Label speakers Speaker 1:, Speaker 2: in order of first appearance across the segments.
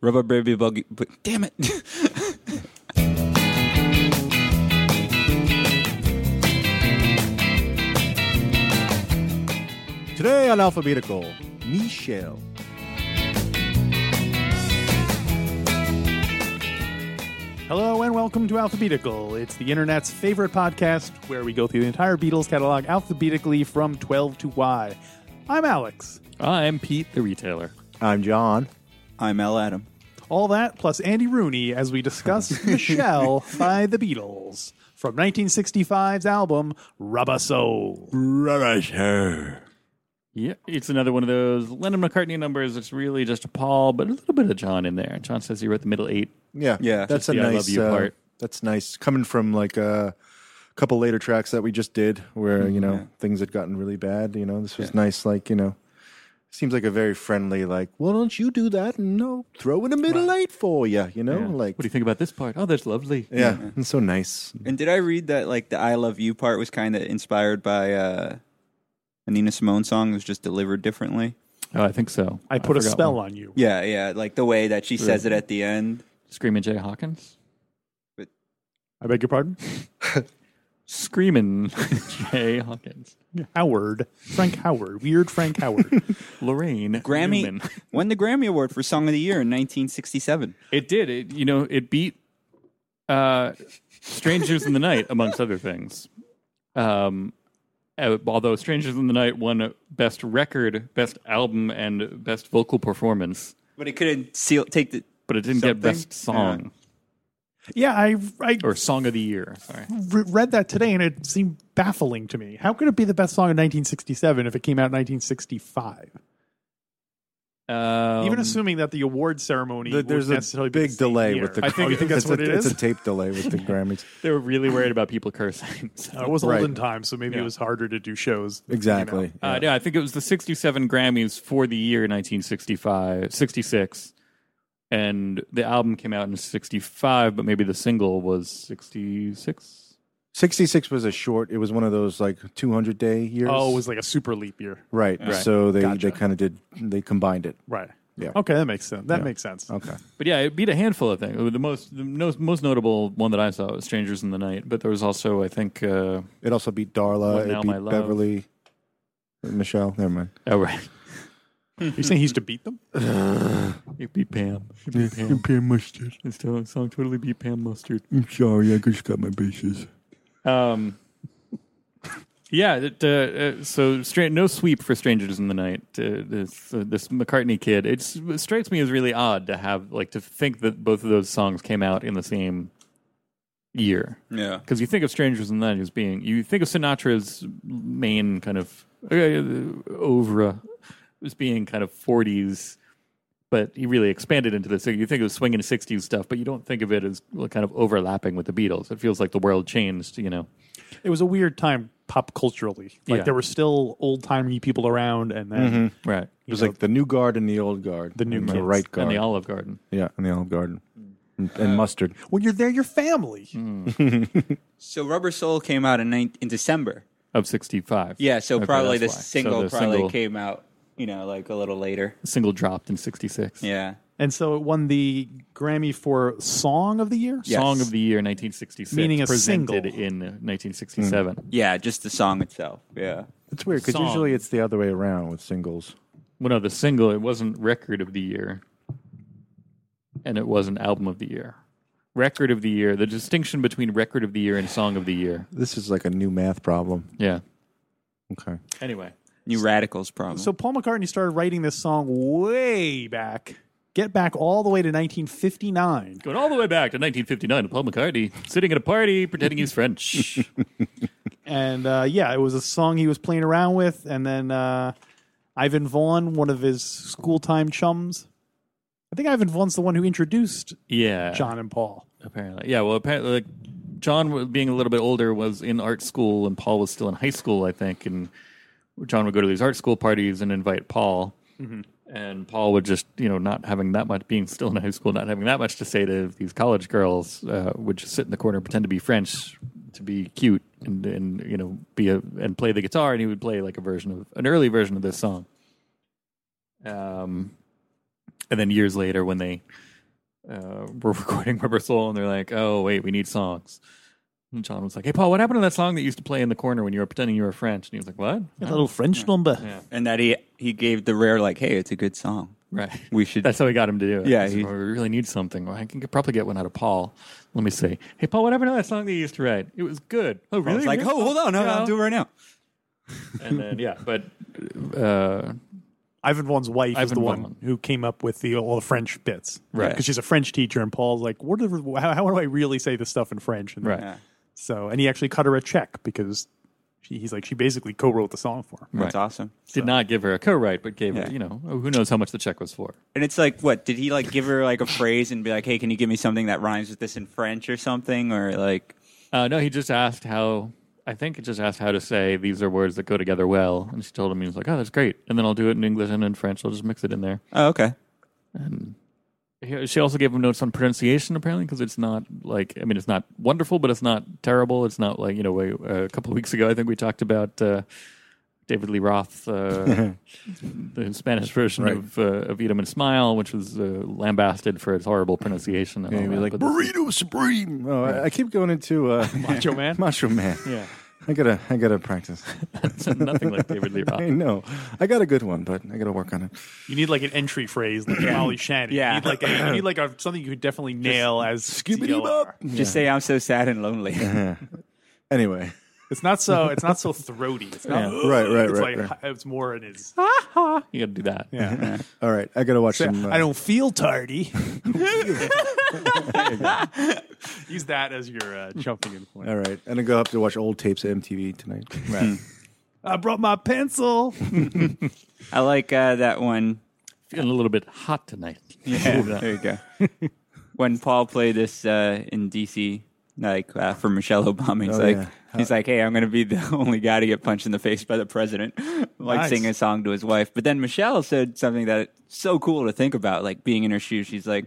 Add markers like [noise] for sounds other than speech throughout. Speaker 1: Rubber Baby Buggy. But damn it.
Speaker 2: Today on Alphabetical, Michelle.
Speaker 3: Hello and welcome to Alphabetical. It's the internet's favorite podcast where we go through the entire Beatles catalog alphabetically from 12 to Y. I'm Alex.
Speaker 4: I'm Pete the retailer.
Speaker 2: I'm John.
Speaker 1: [laughs] I'm Al Adam.
Speaker 3: All that plus Andy Rooney as we [laughs] discuss Michelle by the Beatles from 1965's album Rubber Soul.
Speaker 2: Rubbish her.
Speaker 4: Yeah, it's another one of those Lennon McCartney numbers. It's really just Paul, but a little bit of John in there. John says he wrote the middle eight.
Speaker 2: Yeah.
Speaker 1: Yeah.
Speaker 2: That's
Speaker 1: Just
Speaker 2: a
Speaker 4: the I
Speaker 2: nice
Speaker 4: love you
Speaker 2: uh,
Speaker 4: part.
Speaker 2: That's nice. Coming from like a couple later tracks that we just did where, you know, things had gotten really bad, you know. This was nice, like, you know. Seems like a very friendly, like, well, don't you do that? And no, throw in a middle eight for you, you know?
Speaker 4: Yeah.
Speaker 2: Like,
Speaker 4: what do you think about this part? Oh, that's lovely.
Speaker 2: yeah, it's so nice.
Speaker 1: And did I read that like the I Love You part was kind of inspired by uh, a Nina Simone song? It was just delivered differently.
Speaker 4: Oh, I think so.
Speaker 3: I put a
Speaker 4: forgot
Speaker 3: spell
Speaker 4: one.
Speaker 3: on you.
Speaker 1: Yeah, yeah. Like the way that she says it at the end.
Speaker 4: Screaming Jay Hawkins.
Speaker 3: I beg your pardon?
Speaker 4: Screaming [laughs] Jay Hawkins.
Speaker 3: Howard. Frank Howard. Weird Frank Howard. [laughs]
Speaker 4: Lorraine
Speaker 1: Grammy
Speaker 4: Newman.
Speaker 1: [laughs] won the Grammy Award for Song of the Year in 1967.
Speaker 4: It did. It you know it beat uh, Strangers in the Night amongst other things. Um, uh, although Strangers in the Night won best record, best album, and best vocal performance,
Speaker 1: But it couldn't seal take the.
Speaker 4: but it didn't
Speaker 1: Something?
Speaker 4: get best song
Speaker 3: yeah, I, I
Speaker 4: or song of the year. Sorry,
Speaker 3: re- read that today and it seemed baffling to me. How could it be the best song in 1967 if it came out in 1965?
Speaker 4: um,
Speaker 3: Even assuming that the award ceremony
Speaker 2: Th-
Speaker 3: would
Speaker 2: there's a
Speaker 3: necessarily be
Speaker 2: big
Speaker 3: the same
Speaker 2: delay
Speaker 3: year.
Speaker 2: with the.
Speaker 3: I think,
Speaker 2: oh, you
Speaker 3: I think that's
Speaker 2: it's
Speaker 3: what
Speaker 2: a,
Speaker 3: it
Speaker 2: it's
Speaker 3: is.
Speaker 2: a tape delay with
Speaker 3: [laughs]
Speaker 2: the Grammys.
Speaker 4: they were really worried about people cursing. [laughs] So.
Speaker 3: Uh, it was
Speaker 2: Right.
Speaker 3: olden time, so maybe it
Speaker 4: Yeah.
Speaker 3: was harder to do shows. you know.
Speaker 2: Exactly.
Speaker 4: Uh, yeah, I think it was the 67 Grammys for the year 1965, 66. And the album came out in 65, but maybe the single was 66.
Speaker 2: 66 was a short. It was one of those like 200 day years.
Speaker 3: Oh, it was like a super leap year,
Speaker 2: right.
Speaker 4: Right.
Speaker 2: So they,
Speaker 3: Gotcha.
Speaker 2: they kind of did, they combined it.
Speaker 3: right?
Speaker 2: Yeah.
Speaker 3: Okay, that makes sense. That
Speaker 2: Yeah.
Speaker 3: makes sense.
Speaker 2: Okay.
Speaker 4: But yeah, it beat a handful of things. The most the most, most notable one that I saw was Strangers in the Night, but there was also, I think, uh,
Speaker 2: It also beat
Speaker 4: Well,
Speaker 2: Darla.
Speaker 4: Now
Speaker 2: It
Speaker 4: My
Speaker 2: beat
Speaker 4: Love.
Speaker 2: Beverly. uh, Michelle. Never mind.
Speaker 4: oh, right. [laughs]
Speaker 3: You're saying he used to beat them?
Speaker 4: It beat Pam. It beat [laughs] Pam.
Speaker 2: mustard.
Speaker 4: This song totally beat Pam Mustard.
Speaker 2: I'm sorry. I just got my bitches.
Speaker 4: Um, yeah. It, uh, uh, so stra- no sweep for strangers in the night. Uh, this uh, this McCartney kid. It's, it strikes me as really odd to have like to think that both of those songs came out in the same year.
Speaker 1: Yeah.
Speaker 4: Because you think of Strangers in the Night as being, you think of Sinatra's main kind of uh, oeuvre as being kind of 40s, but he really expanded into this. So you think of swinging 60s stuff, but you don't think of it as well, kind of overlapping with the Beatles. It feels like the world changed, you know.
Speaker 3: It was a weird time pop culturally. Like
Speaker 4: Yeah.
Speaker 3: there were still old timey people around, and then
Speaker 4: Right.
Speaker 2: It was Mm-hmm. like the new guard and the old guard.
Speaker 3: The new
Speaker 2: and the Uh,
Speaker 3: kids.
Speaker 2: right guard.
Speaker 4: And the Olive Garden.
Speaker 2: yeah, and the old garden. And, and mustard.
Speaker 3: when you're there, your family.
Speaker 2: Mm-hmm.
Speaker 1: So Rubber Soul came out in, nine in December.
Speaker 4: Of 65.
Speaker 1: Yeah, so
Speaker 4: Okay,
Speaker 1: probably the
Speaker 4: that's why. So
Speaker 1: single
Speaker 4: the
Speaker 1: probably
Speaker 4: single,
Speaker 1: came out, you know, like a little
Speaker 4: [laughs]
Speaker 1: later.
Speaker 4: single dropped in 66.
Speaker 1: Yeah.
Speaker 3: And so it won the Grammy for Song of the Year.
Speaker 1: Yeah.
Speaker 4: Song
Speaker 1: Yes.
Speaker 4: of the year 1966.
Speaker 3: Meaning a
Speaker 4: presented
Speaker 3: single.
Speaker 4: in 1967.
Speaker 1: Yeah, just the song itself. Yeah.
Speaker 2: It's weird because
Speaker 4: Song.
Speaker 2: usually it's the other way around with singles.
Speaker 4: Well, no, the single it wasn't record of the year, and it wasn't album of the year. Record of the year, the distinction between record of the year and song of the year.
Speaker 2: This is like a new math problem.
Speaker 4: Yeah.
Speaker 2: Okay.
Speaker 4: Anyway,
Speaker 1: New Radicals problem.
Speaker 3: So Paul McCartney started writing this song way back. Get back all the way to 1959.
Speaker 4: going all the way back to 1959, with Paul McCartney sitting at a party pretending he's [laughs] French.
Speaker 3: and uh, yeah, it was a song he was playing around with, and then uh, Ivan Vaughn, one of his school time chums. I think Ivan Vaughn's the one who introduced
Speaker 4: yeah,
Speaker 3: John and Paul.
Speaker 4: Apparently, yeah. Well, apparently, like John was- being a little bit older was in art school, and Paul was still in high school, I think. And John would go to these art school parties and invite Paul, and Paul would just, you know, not having that much, being still in high school, not having that much to say to these college girls, uh, would just sit in the corner, pretend to be French, to be cute, and and you know, be a and play the guitar, and he would play like a version of an early version of this song. Um, and then years later, when they uh, were [laughs] recording Rubber Soul, and they're like, "Oh wait, we need songs." And John was like, "Hey Paul, what happened to that song that you used to play in the corner when you were pretending you were French?" And he was like,
Speaker 1: [laughs]
Speaker 4: "What?" [laughs]
Speaker 3: A little French number.
Speaker 4: Yeah.
Speaker 1: and that he he gave the rare like, hey, it's a good song.
Speaker 4: Right.
Speaker 1: We should.
Speaker 4: That's how we got him to do it.
Speaker 1: Yeah,
Speaker 4: He said,
Speaker 1: he-
Speaker 4: "Well, we really need something. Well, I can probably get one out of Paul. Let me see. Hey, Paul, what happened to that song that you used to write? It was good. Oh,
Speaker 1: I
Speaker 4: really?
Speaker 1: was like,
Speaker 4: Really?
Speaker 1: oh, hold on, hold on,
Speaker 4: Yeah.
Speaker 1: I'll do it right now.
Speaker 4: And then, yeah,
Speaker 1: [laughs]
Speaker 4: but uh,
Speaker 3: Ivan Vaughn's wife is
Speaker 4: Ivan
Speaker 3: the one
Speaker 4: Vaughn.
Speaker 3: who came up with the all the French bits,
Speaker 4: Right.
Speaker 3: Because she's a French teacher, and Paul's like, "What? Are, the- how, how do I really say this stuff in French?" And
Speaker 4: right.
Speaker 1: Yeah.
Speaker 3: So, and he actually cut her a check because she, he's like, she basically co-wrote the song for him.
Speaker 1: That's awesome.
Speaker 4: Did not give her a co-write, but gave
Speaker 1: Yeah.
Speaker 4: her, you know, who knows how much the check was for.
Speaker 1: And it's like, what did he like? Give her like a phrase and be like, hey, can you give me something that rhymes with this in French or something? Or like,
Speaker 4: Uh, no, he just asked how. I think he just asked how to say these are words that go together well, and she told him he was like, "Oh, that's great." And then I'll do it in English and in French. I'll just mix it in there.
Speaker 1: oh, okay,
Speaker 4: And he- she also gave him notes on pronunciation, apparently, because it's not like I mean, it's not wonderful, but it's not terrible. It's not like you know, way, uh, a couple of weeks ago, I think we talked about uh, David Lee
Speaker 2: [laughs]
Speaker 4: Roth, uh, the Spanish version
Speaker 2: Right.
Speaker 4: of uh, of Eat 'Em and Smile, which was uh, lambasted for its horrible pronunciation. And
Speaker 2: Yeah,
Speaker 4: all
Speaker 2: you'd be
Speaker 4: that,
Speaker 2: like
Speaker 4: but this-
Speaker 2: burrito supreme. Oh, I, I keep going into uh,
Speaker 4: Macho Man?
Speaker 2: [laughs] Macho Man.
Speaker 4: yeah,
Speaker 2: I gotta, I gotta practice.
Speaker 4: it's [laughs] nothing like David Lee
Speaker 2: I [laughs]
Speaker 4: Roth.
Speaker 2: know. I got a good one, but I gotta work on it.
Speaker 3: You need like an entry phrase,
Speaker 4: [clears throat]
Speaker 3: like Molly Shannon.
Speaker 1: Yeah.
Speaker 3: you need like a, you need like a, something you could definitely nail as CLR.
Speaker 2: Skibbity-bop.
Speaker 1: just say I'm so sad and lonely. [laughs]
Speaker 2: Anyway,
Speaker 3: It's not so it's [laughs] not so throaty. It's not
Speaker 2: Yeah. [laughs] Right, right,
Speaker 3: It's
Speaker 2: right,
Speaker 3: like
Speaker 2: right.
Speaker 3: it's more in his.
Speaker 4: You got to do that.
Speaker 3: Yeah.
Speaker 2: all right. I gotta watch
Speaker 3: So,
Speaker 2: some. Uh,
Speaker 3: I don't feel [laughs] tardy. Use that as your uh, jumping in point.
Speaker 2: All right, and I go up to watch old tapes of MTV tonight.
Speaker 4: [laughs]
Speaker 2: Hmm.
Speaker 3: I brought my pencil.
Speaker 1: I like uh, that one.
Speaker 4: Feeling a little bit hot [laughs] tonight.
Speaker 1: Yeah, there you go. [laughs] when Paul played this uh, in DC, like uh, for Michelle Obama, he's
Speaker 2: Oh,
Speaker 1: like,
Speaker 2: yeah.
Speaker 1: he's like, hey, I'm going to be the [laughs] only guy to get punched in the face by the president, [laughs] like
Speaker 3: Nice.
Speaker 1: singing a song to his wife. But then Michelle said something that it's so cool to think about, like being in her shoes. She's like.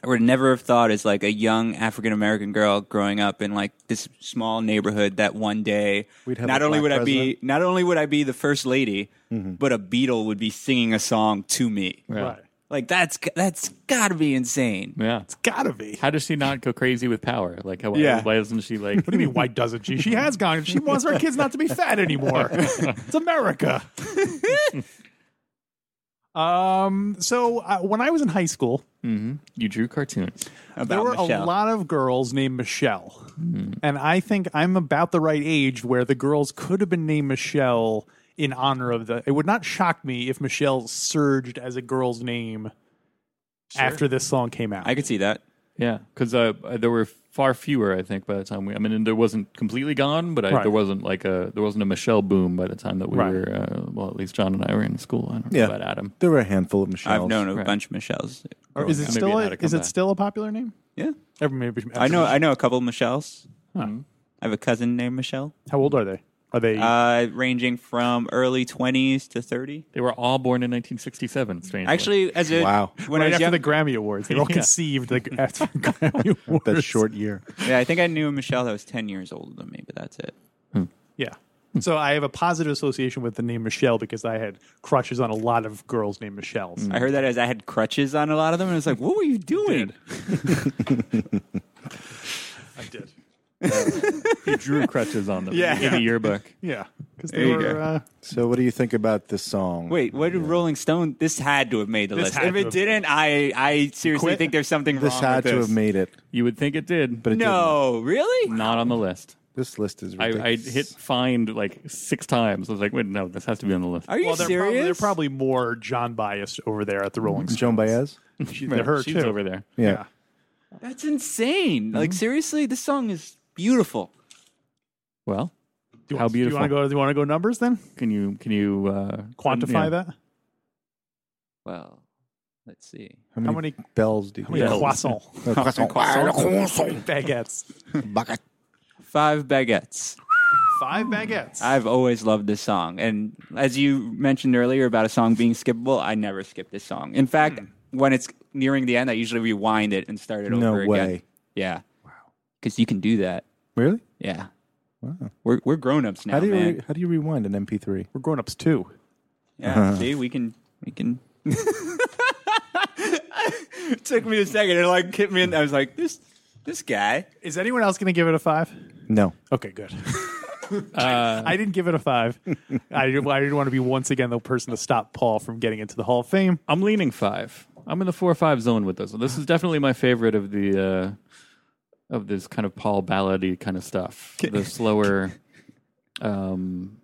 Speaker 1: I would never have thought as like a young African American girl growing up in like this small neighborhood that one day
Speaker 2: We'd have
Speaker 1: not
Speaker 2: a
Speaker 1: only would
Speaker 2: black Mm-hmm.
Speaker 1: I be not only would I be the first lady, but a Beatle would be singing a song to me.
Speaker 3: Right.
Speaker 1: Like that's that's got to be insane.
Speaker 4: Yeah.
Speaker 3: Gotta be.
Speaker 4: How does she not go crazy with power? Like, how,
Speaker 1: Yeah.
Speaker 4: why isn't
Speaker 3: [laughs]
Speaker 4: she like?
Speaker 3: What do you mean? Why doesn't she? She has gone. She wants her kids not to be fat [laughs] anymore. It's America. [laughs] um. So uh, when I was in high school,
Speaker 4: You drew cartoons.
Speaker 1: About
Speaker 3: there were
Speaker 1: Michelle. Hmm.
Speaker 3: a lot of girls named Michelle, and I think I'm about the right age where the girls could have been named Michelle in honor of the. It would not shock me if Michelle surged as a girl's name after this song came out.
Speaker 1: I could see that.
Speaker 4: Yeah, because uh, there were far fewer, I think, by the time we. I mean, and there wasn't completely gone, but I,
Speaker 3: Right.
Speaker 4: there wasn't like a there wasn't a Michelle boom by the time that we
Speaker 3: Right.
Speaker 4: were. Uh, well, at least John and I were in school. I don't know
Speaker 2: Yeah,
Speaker 4: about Adam.
Speaker 2: There were a handful of Michelles.
Speaker 1: I've known a
Speaker 4: Right.
Speaker 1: bunch of Michelles.
Speaker 3: or is it
Speaker 4: Maybe
Speaker 3: still
Speaker 4: it
Speaker 3: a,
Speaker 4: had to come
Speaker 3: is it
Speaker 4: back.
Speaker 3: still a popular name?
Speaker 1: Yeah,
Speaker 3: Everybody,
Speaker 1: I know. I know a couple of Michelles.
Speaker 4: Hmm.
Speaker 1: I have a cousin named Michelle,
Speaker 3: How old are they? Are they?
Speaker 1: uh, ranging from early twenties to thirty.
Speaker 4: They were all born in 1967. Strangely,
Speaker 1: Actually, as a
Speaker 2: Wow.
Speaker 1: when
Speaker 3: right
Speaker 1: I was
Speaker 3: after
Speaker 1: young,
Speaker 3: the Grammy Awards, they were all
Speaker 4: Yeah.
Speaker 3: conceived like, [laughs] after the Grammy Awards.
Speaker 2: that short year.
Speaker 1: yeah, I think I knew a Michelle that was ten years older than me, but that's it.
Speaker 3: Yeah.
Speaker 1: Hmm.
Speaker 3: So I have a positive association with the name Michelle because I had crushes on a lot of girls named Michelle. So
Speaker 1: I heard that as I had crutches on a lot of them, and it's like, what were you doing?
Speaker 3: I did.
Speaker 4: he drew crutches on them.
Speaker 1: Yeah.
Speaker 4: in the yearbook.
Speaker 3: Yeah. Because
Speaker 1: There
Speaker 3: they
Speaker 1: you
Speaker 3: were.
Speaker 1: go.
Speaker 3: Uh,
Speaker 2: So, what do you think about this song?
Speaker 1: Wait, what did Rolling Stone? This had to have made the
Speaker 3: This
Speaker 1: list.
Speaker 3: had
Speaker 1: If
Speaker 3: to
Speaker 1: it
Speaker 3: have-
Speaker 1: didn't, I I seriously
Speaker 3: Quit.
Speaker 1: think there's something
Speaker 2: this
Speaker 1: wrong
Speaker 2: had
Speaker 1: with
Speaker 2: to
Speaker 1: this.
Speaker 2: have made it.
Speaker 4: You would think it did, but
Speaker 2: But it
Speaker 1: no, really?
Speaker 4: not on the list.
Speaker 2: didn't. this list is
Speaker 4: I,
Speaker 2: ridiculous.
Speaker 4: I hit find like six times. I was like, wait, no, this has to be on the list.
Speaker 1: Are you
Speaker 3: well, they're
Speaker 1: serious?
Speaker 3: probably, they're probably more John biased over there at the
Speaker 2: [laughs]
Speaker 3: Rolling Stone.
Speaker 2: Joan Baez.
Speaker 3: She, they're her
Speaker 4: She's
Speaker 3: too.
Speaker 4: over there.
Speaker 2: Yeah.
Speaker 3: Yeah.
Speaker 1: That's insane. Like seriously, this song is beautiful.
Speaker 4: Well,
Speaker 3: Do you
Speaker 4: How
Speaker 3: want, do you
Speaker 4: beautiful.
Speaker 3: want to go? Do you want to go numbers then?
Speaker 4: can you can you uh,
Speaker 3: Quantify
Speaker 4: yeah.
Speaker 3: that.
Speaker 1: Well, let's see.
Speaker 3: How many?
Speaker 2: bells do you Oh,
Speaker 3: How many
Speaker 4: Yeah.
Speaker 3: croissant
Speaker 2: No, croissant.
Speaker 3: baguettes?
Speaker 2: Bucket.
Speaker 1: Five baguettes.
Speaker 3: Five baguettes.
Speaker 1: I've always loved this song. And as you mentioned earlier about a song being skippable, I never skip this song. In fact, when it's nearing the end, I usually rewind it and start it
Speaker 2: [laughs] No
Speaker 1: over again.
Speaker 2: way.
Speaker 1: Yeah. Wow. Because you can do that.
Speaker 2: Really?
Speaker 1: Yeah. Wow. We're we're grown ups now,
Speaker 2: How do you
Speaker 1: man.
Speaker 2: re- how do you rewind an MP3?
Speaker 3: we're grown ups too.
Speaker 1: Uh-huh. yeah. See, we can we can it [laughs] took me a second. It like hit me, and I was like, "This, this guy."
Speaker 3: Is anyone else going to give it a five?
Speaker 2: No.
Speaker 3: Okay, good. [laughs]
Speaker 4: Uh,
Speaker 3: I didn't give it a five. I, didn't- I didn't want to be once again the person to stop Paul from getting into the Hall of Fame.
Speaker 4: I'm leaning five. I'm in the four or five zone with this. This is definitely my favorite of the uh, of this kind of Paul ballady kind of stuff. The [laughs] slower, um,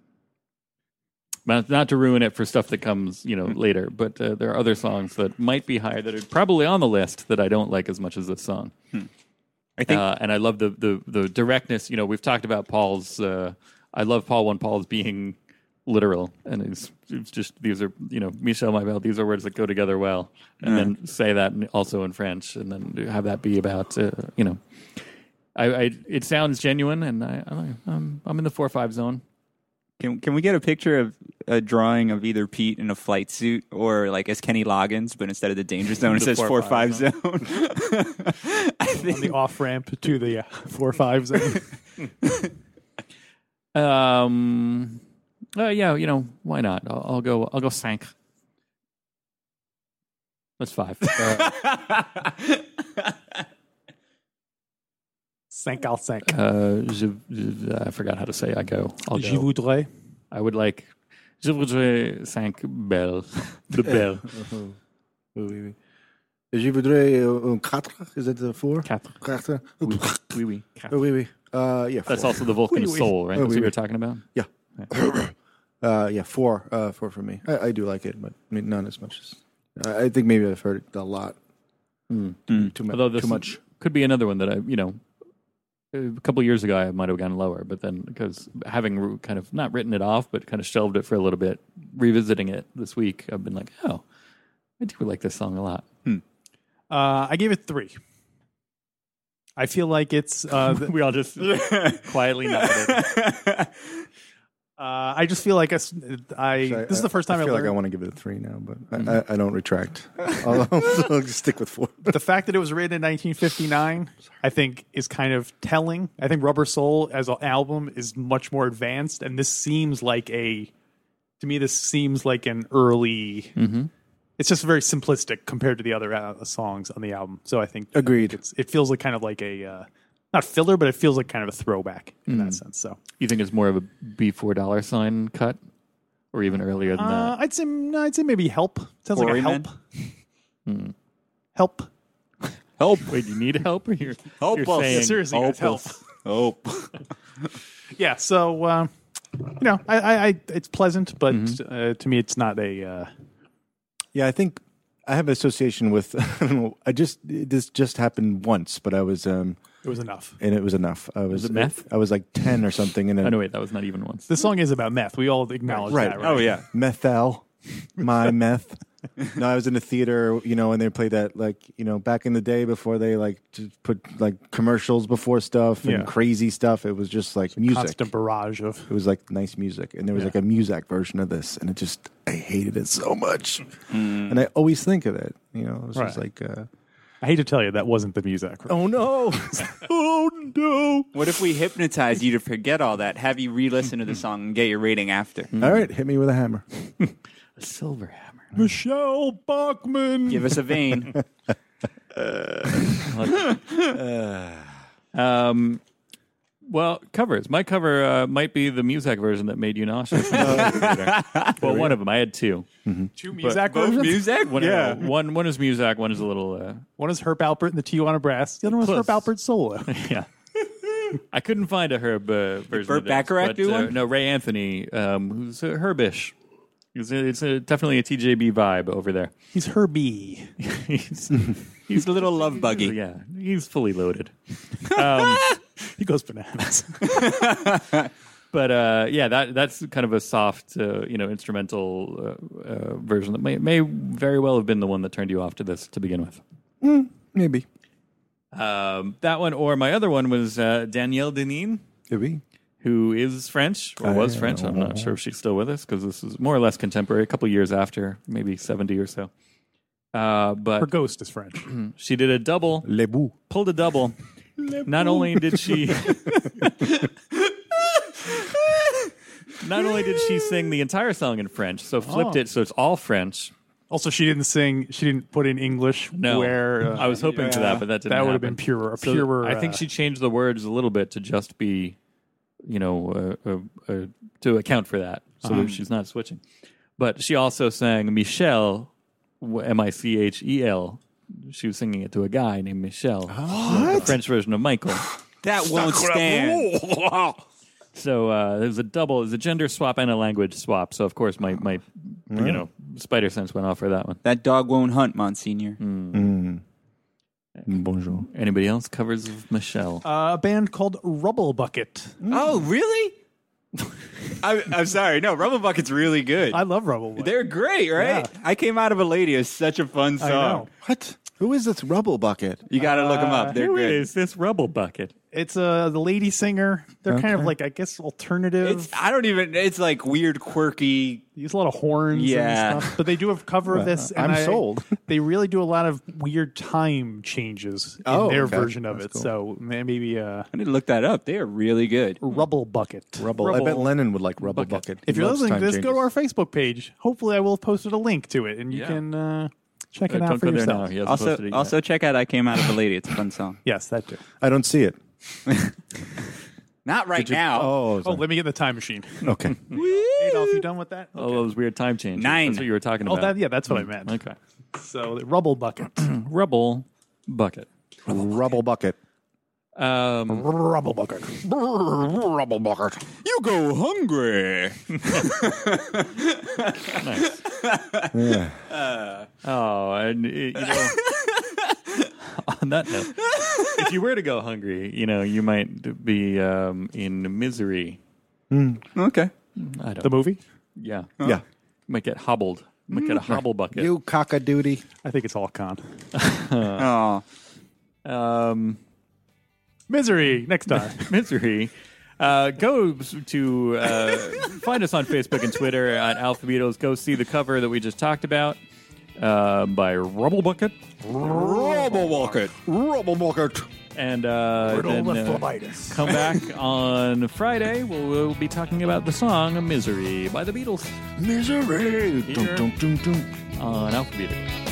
Speaker 4: not, not to ruin it for stuff that comes you know later, but uh, there are other songs that might be higher that are probably on the list that I don't like as much as this song.
Speaker 1: I think
Speaker 4: Uh, and I love the, the the directness. You know, we've talked about Paul's. Uh, I love Paul when Paul's being literal, and it's, it's just these are you know Michel Maybell. These are words that go together well, and then say that in- also in French, and then have that be about uh, you know. I, I it sounds genuine, and I, I I'm I'm in the four five zone.
Speaker 1: Can can we get a picture of a drawing of either Pete in a flight suit or like as Kenny Loggins, but instead of the danger zone, it
Speaker 4: The
Speaker 1: says
Speaker 4: four
Speaker 1: four
Speaker 4: five
Speaker 1: five zone. [laughs] I
Speaker 3: on
Speaker 1: [laughs]
Speaker 3: the [laughs]
Speaker 1: think
Speaker 3: off ramp to the uh, four fives.
Speaker 4: Um, uh, yeah, you know why not? I'll, I'll go. I'll go sank. That's five. Uh,
Speaker 3: [laughs] Sank, I'll sank.
Speaker 4: uh, je- je- I forgot how to say I go. I'll
Speaker 3: Je
Speaker 4: go.
Speaker 3: voudrais.
Speaker 4: I would like. Je voudrais cinq
Speaker 2: [laughs]
Speaker 4: belles. [laughs] The belle.
Speaker 2: Oui, Oh, oui, oui. Je voudrais euh, un quatre. Is that the four?
Speaker 4: Quatre.
Speaker 2: Quatre.
Speaker 4: Oui, oui, oui.
Speaker 2: Oh, oui, oui. Uh, yeah,
Speaker 4: That's
Speaker 2: four.
Speaker 4: also the Vulcan
Speaker 2: Oui, oui.
Speaker 4: soul, right?
Speaker 2: Oh,
Speaker 4: That's
Speaker 2: oui,
Speaker 4: what
Speaker 2: oui.
Speaker 4: you're talking about?
Speaker 2: [coughs] Uh, yeah, four. Uh, four for me. I, I do like it, but I mean, not as much as. I I think maybe I've heard it a lot.
Speaker 1: Hmm.
Speaker 2: Too, mu-
Speaker 4: Although this
Speaker 2: too much.
Speaker 4: Hmm. could be another one that I, you know, a couple years ago I might have gone lower, but then because having re- kind of not written it off, but kind of shelved it for a little bit, revisiting it this week, I've been like, oh, I do like this song a lot.
Speaker 3: Uh, I gave it three. I feel like it's.
Speaker 4: [laughs]
Speaker 3: Uh, th-
Speaker 4: We
Speaker 3: [laughs]
Speaker 4: all just [laughs] quietly nodded.
Speaker 3: uh, I just feel like I. s- I-
Speaker 2: I- uh,
Speaker 3: this is the first time I,
Speaker 2: I feel like I
Speaker 3: learned- Mm-hmm.
Speaker 2: want to give it a three now, but I I, I don't retract. [laughs] I'll, I'll just stick with four.
Speaker 3: the fact that it was written in 1959, I think, is kind of telling. I think Rubber Soul as an album is much more advanced, and this seems like a. To me, this seems like an early.
Speaker 4: Mm-hmm.
Speaker 3: It's just very simplistic compared to the other uh, songs on the album. So I think
Speaker 2: [laughs] Agreed.
Speaker 3: It's, it feels like kind of like a uh, not filler, but it feels like kind of a throwback in that sense. So
Speaker 4: You think it's more of a B four dollar sign cut, or even earlier than
Speaker 3: uh,
Speaker 4: that?
Speaker 3: I'd say no, I'd say maybe help sounds like a help
Speaker 1: Quarrymen?
Speaker 3: help.
Speaker 1: help,
Speaker 4: Wait, you need help, or you're,
Speaker 1: help
Speaker 4: you're
Speaker 1: us.
Speaker 4: saying
Speaker 3: Seriously, guys,
Speaker 1: help,
Speaker 3: help.
Speaker 1: us. help.
Speaker 3: [laughs] yeah so uh, you know I, I, I it's pleasant but uh, to me it's not a uh,
Speaker 2: Yeah, I think I have an association with. [laughs] I don't know. I just this just happened once, but I was um
Speaker 3: it was enough
Speaker 2: and it was enough. I was
Speaker 4: it meth?
Speaker 2: I was like ten or something, and
Speaker 4: Oh
Speaker 2: then
Speaker 4: no, wait, that was not even once.
Speaker 3: this song is about meth we all acknowledge
Speaker 2: Right.
Speaker 3: that right
Speaker 1: Oh yeah,
Speaker 3: [laughs]
Speaker 2: methyl, my meth. No, I was in the theater, you know, and they played that like you know back in the day before they like to put like commercials before stuff and
Speaker 3: Yeah.
Speaker 2: crazy stuff. It was just like music.
Speaker 3: constant barrage of
Speaker 2: It was like nice music, and there was like a Muzak version of this, and it just I hated it so much, and I always think of it. You know, it was just
Speaker 3: Hmm. Right.
Speaker 2: like, uh,
Speaker 3: i hate to tell you that wasn't the music
Speaker 2: oh no, [laughs] oh no.
Speaker 1: What if we hypnotize you to forget all that? Have you re-listen to the song and get your rating after?
Speaker 2: All right, hit me with a hammer.
Speaker 4: A silver hammer.
Speaker 3: michelle bachman
Speaker 1: Give us a vein.
Speaker 4: [laughs] Um, well, covers. My cover uh, might be the Muzak version that made you [laughs] nauseous. Uh, well, one of them. I had two.
Speaker 3: two
Speaker 4: Muzak
Speaker 1: Both music.
Speaker 4: One, one one is Muzak. One is a little. Uh,
Speaker 3: one is herb alpert and the tijuana brass the other one's
Speaker 4: Close.
Speaker 3: herb alpert solo
Speaker 4: [laughs] yeah. I couldn't find a Herb uh, version.
Speaker 1: Burt
Speaker 4: of this,
Speaker 1: Bacharach
Speaker 4: but,
Speaker 1: do
Speaker 4: uh,
Speaker 1: one?
Speaker 4: No, Ray Anthony, um, who's a Herbish. It's, a, it's a, definitely a TJB vibe over there.
Speaker 3: he's E. herbie
Speaker 4: he's,
Speaker 1: He's a little love buggy.
Speaker 4: yeah, he's fully loaded.
Speaker 3: he goes bananas
Speaker 4: but uh, yeah, that that's kind of a soft, uh, you know, instrumental uh, uh, version that may may very well have been the one that turned you off to this to begin with.
Speaker 2: Maybe,
Speaker 4: Um, that one, or my other one was uh, Danielle Denine,
Speaker 2: maybe.
Speaker 4: who is French or was French. I'm not sure if she's still with us because this is more or less contemporary, a couple years after, maybe 70 or so. Uh,
Speaker 3: her
Speaker 4: but
Speaker 3: ghost is french
Speaker 4: she did a double
Speaker 2: Le bout.
Speaker 4: pulled a double. not only did she
Speaker 3: [laughs]
Speaker 4: Not only did she sing the entire song in French, so flipped
Speaker 3: Oh.
Speaker 4: it so it's all French.
Speaker 3: [clears throat] Also, she didn't sing. She didn't put in English.
Speaker 4: No,
Speaker 3: where uh,
Speaker 4: I was hoping for that, but that didn't.
Speaker 3: that would have
Speaker 4: happen.
Speaker 3: been purer. A
Speaker 4: So
Speaker 3: purer.
Speaker 4: I think
Speaker 3: uh,
Speaker 4: she changed the words a little bit to just be, you know, uh, uh, uh, to account for that. So
Speaker 3: Uh-huh.
Speaker 4: she's not switching. But she also sang Michelle, M I C H E L. She was singing it to a guy named Michel, the French version of Michael.
Speaker 1: That won't stand.
Speaker 4: [laughs] So uh, there's a double, there's a gender swap and a language swap. So of course my my you know spider sense went off for that one.
Speaker 1: That dog won't hunt, Monsignor.
Speaker 2: Bonjour.
Speaker 4: Anybody else covers of Michelle?
Speaker 3: uh, a band called Rubble Bucket.
Speaker 1: Oh, [laughs] really? I, I'm sorry. No, Rubble Bucket's really good.
Speaker 3: I love Rubble Bucket.
Speaker 1: They're great, right? I came out of a lady is such a fun song.
Speaker 3: I know.
Speaker 2: What? Who is this rubble bucket?
Speaker 1: You got to look them up. They're
Speaker 4: Who
Speaker 1: good.
Speaker 4: is this rubble bucket?
Speaker 3: It's uh, the lady singer. They're kind of like I guess alternative.
Speaker 1: It's I don't even. It's like weird, quirky.
Speaker 3: They use a lot of horns
Speaker 1: Yeah.
Speaker 3: and stuff. But they do have cover of this.
Speaker 2: I'm
Speaker 3: and I-
Speaker 2: sold.
Speaker 3: They really do a lot of weird time changes in
Speaker 2: Oh,
Speaker 3: their
Speaker 2: okay.
Speaker 3: version of
Speaker 2: That's
Speaker 3: it.
Speaker 2: cool.
Speaker 3: So man, maybe uh,
Speaker 1: I need to look that up. They are really good.
Speaker 3: Rubble Bucket.
Speaker 2: Rubble. I bet Lennon would like rubble bucket.
Speaker 3: If
Speaker 2: He
Speaker 3: you're
Speaker 2: loves
Speaker 3: listening to
Speaker 2: time
Speaker 3: this, go to our
Speaker 2: changes.
Speaker 3: Facebook page. Hopefully, I will have posted a link to it, and you
Speaker 4: Yeah.
Speaker 3: can uh, check
Speaker 4: Uh,
Speaker 3: it out
Speaker 4: don't
Speaker 3: for
Speaker 4: go there now.
Speaker 3: yourself.
Speaker 4: He hasn't posted
Speaker 1: Also,
Speaker 4: it yet.
Speaker 1: also check out "I Came Out of a Lady." It's a fun song.
Speaker 3: Yes, that too.
Speaker 2: I don't see it.
Speaker 1: Not right now.
Speaker 2: Oh,
Speaker 3: Oh,
Speaker 2: sorry.
Speaker 3: let me get the time machine.
Speaker 2: [laughs] okay.
Speaker 3: Adolf, you done with that?
Speaker 4: Oh, those weird time changes.
Speaker 1: Nine.
Speaker 4: That's what you were talking
Speaker 3: Oh,
Speaker 4: about.
Speaker 3: that, yeah, that's what I meant.
Speaker 4: Okay.
Speaker 3: So, the Rubble Bucket.
Speaker 4: Rubble bucket.
Speaker 2: Rubble bucket.
Speaker 4: Um,
Speaker 3: Rubble Bucket.
Speaker 2: Rubble bucket.
Speaker 1: you go hungry.
Speaker 4: nice.
Speaker 2: Yeah.
Speaker 4: Oh, and uh,
Speaker 1: [laughs]
Speaker 4: you know, on that note, if you were to go hungry, you know, you might be um, in misery.
Speaker 1: Okay.
Speaker 4: I don't.
Speaker 3: The movie?
Speaker 4: yeah, you
Speaker 2: Yeah.
Speaker 4: might get hobbled. You might get a hobble bucket.
Speaker 2: You cockadoodie.
Speaker 3: I think it's all con.
Speaker 1: Oh,
Speaker 4: um,
Speaker 3: Misery, next time.
Speaker 4: [laughs] misery. Uh, go to uh, find us on Facebook and Twitter at Alpha Beatles. Go see the cover that we just talked about uh, by Rubble Bucket.
Speaker 2: Rubble bucket. Rubble bucket.
Speaker 4: And uh, then, uh, come back on Friday. We'll, we'll be talking about the song Misery by the Beatles
Speaker 2: Misery. Dum, dum, dum, dum.
Speaker 4: on Alpha Beatles.